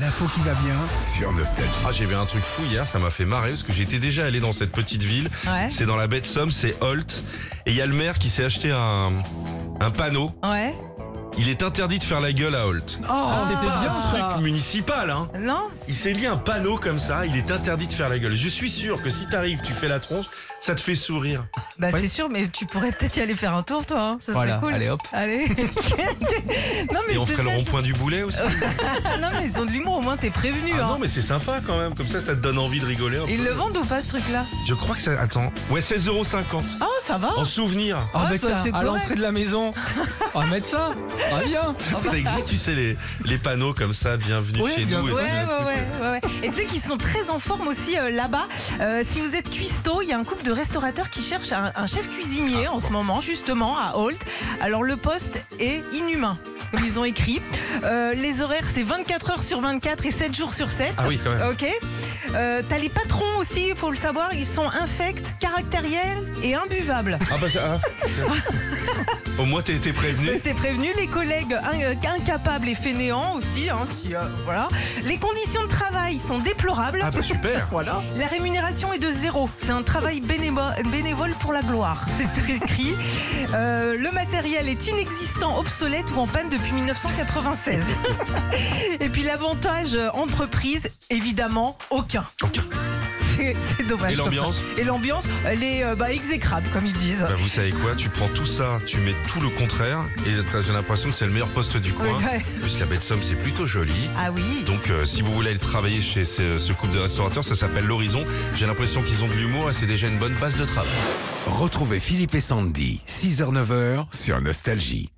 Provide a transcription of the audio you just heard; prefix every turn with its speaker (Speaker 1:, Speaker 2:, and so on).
Speaker 1: l'info qui va bien. Oh,
Speaker 2: sur Nostalgie.
Speaker 3: Ah, j'ai vu un truc fou hier, ça m'a fait marrer parce que j'étais déjà allé dans cette petite ville.
Speaker 4: Ouais.
Speaker 3: C'est dans la baie de Somme, c'est Holt. Et il y a le maire qui s'est acheté un, un panneau.
Speaker 4: Ouais.
Speaker 3: Il est interdit de faire la gueule à Holt.
Speaker 1: Oh, c'est bien
Speaker 3: Un truc municipal, hein.
Speaker 4: Non
Speaker 3: Il s'est mis un panneau comme ça, il est interdit de faire la gueule. Je suis sûr que si t'arrives, tu fais la tronche, ça te fait sourire.
Speaker 4: Bah
Speaker 1: Ouais.
Speaker 4: c'est sûr, mais tu pourrais peut-être y aller faire un tour, toi. hein. Ça serait
Speaker 1: Voilà,
Speaker 4: cool.
Speaker 1: allez, hop.
Speaker 4: Allez. non mais
Speaker 3: Et on
Speaker 4: c'est
Speaker 3: ferait le
Speaker 4: pas-
Speaker 3: rond-point du boulet aussi.
Speaker 4: non mais ils ont de l'humour, au moins t'es prévenu.
Speaker 3: Ah
Speaker 4: hein.
Speaker 3: non, mais c'est sympa quand même, comme ça, ça te donne envie de rigoler un
Speaker 4: Ils
Speaker 3: peu.
Speaker 4: le vendent ou pas ce truc-là
Speaker 3: Je crois que ça. Attends. Ouais, 16,50€.
Speaker 4: Oh, ça va.
Speaker 3: En souvenir.
Speaker 1: Ah,
Speaker 4: Ah,
Speaker 1: bah,
Speaker 4: bah,
Speaker 1: tiens,
Speaker 4: c'est
Speaker 1: à
Speaker 4: correct.
Speaker 1: l'entrée de la maison. On va mettre ça. Ah bien.
Speaker 3: Ça existe, tu sais, les, les panneaux comme ça, bienvenue
Speaker 1: Ouais,
Speaker 3: chez
Speaker 1: bien-
Speaker 3: nous. et
Speaker 4: Ouais,
Speaker 3: tout.
Speaker 4: ouais, ouais, ouais, ouais. Et tu sais qu'ils sont très en forme aussi euh, là-bas. Euh, si vous êtes cuistot, il y a un couple de restaurateurs qui cherchent un, un chef cuisinier en ce moment, justement, à Holt. Alors le poste est inhumain, comme ils ont écrit. Euh, les horaires, c'est 24 heures sur 24 et 7 jours sur 7.
Speaker 3: Ah oui, quand même.
Speaker 4: Ok. Euh, T'as les patrons aussi, il faut le savoir, ils sont infects, caractériels et imbuvables.
Speaker 3: Ah bah ça. Au moins t'es t'es prévenu.
Speaker 4: T'es prévenu, les collègues in- euh, incapables et fainéants aussi, hein, si, euh, voilà. Les conditions de travail sont déplorables.
Speaker 3: Ah bah super.
Speaker 1: Voilà.
Speaker 4: La rémunération est de zéro. C'est un travail bénévo- bénévole pour la gloire. C'est écrit. Euh, le matériel est inexistant, obsolète ou en panne depuis 1996. Et puis l'avantage euh, entreprise, évidemment, aucun. C'est c'est dommage.
Speaker 3: Et
Speaker 4: comme ça.
Speaker 3: l'ambiance
Speaker 4: Et l'ambiance, elle est euh, bah, exécrable, comme ils disent.
Speaker 3: Bah vous savez quoi, tu prends tout ça, tu mets tout le contraire et t'as- j'ai l'impression que c'est le meilleur poste du coin.
Speaker 4: Ouais.
Speaker 3: En Plus la bête somme c'est plutôt joli.
Speaker 4: Ah oui.
Speaker 3: Donc euh, si vous voulez aller travailler chez ce, ce couple de restaurateurs, ça s'appelle l'horizon. J'ai l'impression qu'ils ont de l'humour et c'est déjà une bonne base de travail.
Speaker 2: Retrouvez Philippe et Sandy, 6h-9h sur Nostalgie.